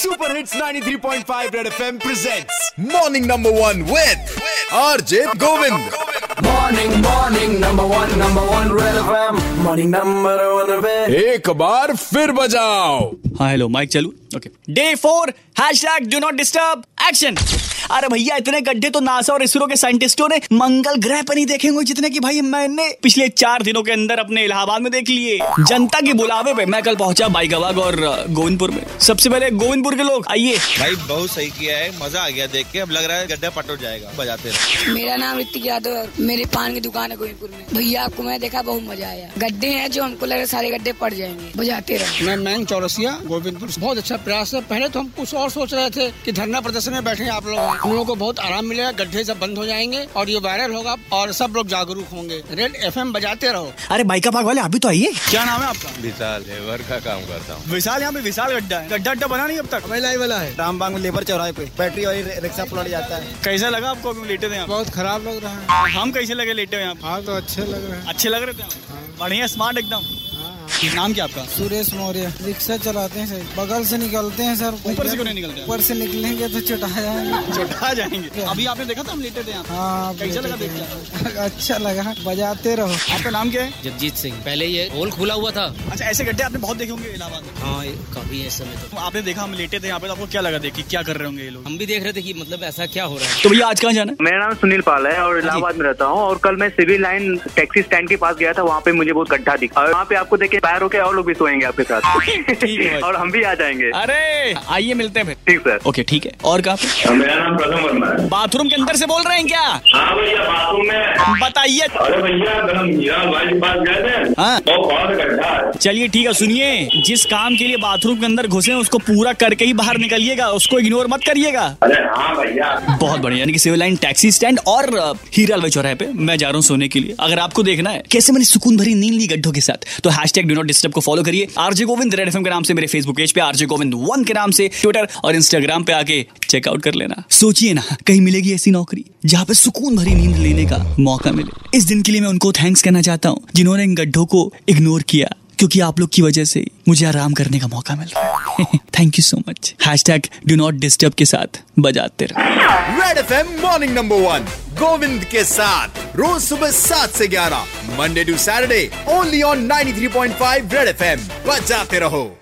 Super hits 93.5 red FM presents morning number one with RJ Govind Morning, morning, number one, number one, Red FM. Morning, number one, bed. एक बार फिर बजाओ हाँ hello mike चालू okay day four hashtag do not disturb action अरे भैया इतने गड्ढे तो नासा और इसरो के साइंटिस्टों ने मंगल ग्रह पर नहीं देखे होंगे जितने कि भाई मैंने पिछले चार दिनों के अंदर अपने इलाहाबाद में देख लिए जनता के बुलावे पे मैं कल पहुंचा बाइकाबाग और अ, गोविंदपुर में सबसे पहले गोविंदपुर के लोग आइए भाई बहुत सही किया है मजा आ गया देख के अब लग रहा है गड्ढा पटक जाएगा बजाते रहो मेरा नाम ऋतिक यादव है मेरी पान की दुकान है गोविंदपुर में भैया आपको मैं देखा बहुत मजा आया गड्ढे हैं जो हमको लग रहा है सारे गड्ढे पड़ जाएंगे बजाते रहो मैं मैंग चौरसिया गोविंदपुर से। बहुत अच्छा प्रयास है पहले तो हम कुछ और सोच रहे थे कि धरना प्रदर्शन में बैठे आप लोग हम लोगों को बहुत आराम मिलेगा गड्ढे सब बंद हो जाएंगे और ये वायरल होगा और सब लोग जागरूक होंगे रेड एफएम बजाते रहो अरे बाइकाबाग वाले आप भी तो आइए क्या नाम है आपका विशाल लेबर का काम करता हूँ विशाल यहाँ पे विशाल गड्ढा है गड्ढा अड्डा बना नहीं अब तक महिला वाला है रामबाग में लेबर चौराहे पे बैटरी और रिक्शा पलट जाता है कैसा लगा आपको अभी लेटे थे बहुत खराब लग रहा है हम कैसे लगे लेटे हुए आप हाँ तो अच्छे लग रहे हैं अच्छे लग रहे थे बढ़िया स्मार्ट एकदम नाम क्या आपका सुरेश मौर्य रिक्शा चलाते हैं सर बगल से निकलते हैं सर ऊपर से क्यों नहीं निकलते? ऊपर से निकलेंगे तो चटा जाएंगे छोटा जाएंगे अभी आपने देखा था हम लेटे थे यहाँ हाँ कैसा लगा देख के? अच्छा लगा बजाते रहो आपका नाम क्या है जगजीत सिंह पहले ये होल खुला हुआ था अच्छा ऐसे गड्ढे आपने बहुत देखे होंगे इलाहाबाद में हाँ ये काफी है इस समय तो आपने देखा हम लेटे थे यहाँ पे तो आपको क्या लगा देखिए क्या कर रहे होंगे ये लोग हम भी देख रहे थे कि मतलब ऐसा क्या हो रहा है तो भैया आज कहाँ जाना है मेरा नाम सुनील पाल है और इलाहाबाद में रहता हूँ और कल मैं सिविल लाइन टैक्सी स्टैंड के पास गया था वहाँ पे मुझे बहुत गड्ढा दिखा और वहाँ पे आपको देख के पैर होके और लोग भी सोएंगे आपके ठीक है भाई। साथ और हम भी आ जाएंगे अरे आइए मिलते हैं ठीक सर फिर ओके ठीक है और कहाँ पे मेरा नाम प्रथम वर्मा है बाथरूम के अंदर से बोल रहे हैं क्या हाँ भैया बाथरूम में बताइए अरे भैया अगर हम मीरा भाई के पास गए थे हाँ। तो बड़ा सा गड्ढा है चलिए ठीक है सुनिए जिस काम के लिए बाथरूम के अंदर घुसे हैं, उसको पूरा करके ही बाहर निकलिएगा उसको इग्नोर मत करिएगा अरे हाँ भैया बहुत बढ़िया यानी कि सिविल लाइन टैक्सी स्टैंड और अ, हीरा अलवाई चौराहे पे मैं जा रहा हूँ सोने के लिए अगर आपको देखना है कैसे मैंने सुकून भरी नींद ली गड्ढों के साथ तो hashtag do not disturb को फॉलो करिए आरजे गोविंद रेड एफएम के नाम से मेरे फेसबुक पेज पे आरजे गोविंद वन के नाम से ट्विटर और इंस्टाग्राम पे आके चेकआउट कर लेना सोचिए ना कहीं मिलेगी ऐसी नौकरी जहाँ पे सुकून भरी नींद लेने का मौका मिले इस दिन के लिए मैं उनको थैंक्स कहना चाहता हूँ जिन्होंने इन गड्ढों को इग्नोर किया क्योंकि आप लोग की वजह से ही मुझे आराम करने का मौका मिल रहा है thank you so much hashtag do not disturb के साथ बजाते रहो red FM morning number one Govind के साथ रोज सुबह सात से ग्यारह Monday to Saturday only on 93.5 red FM बजाते रहो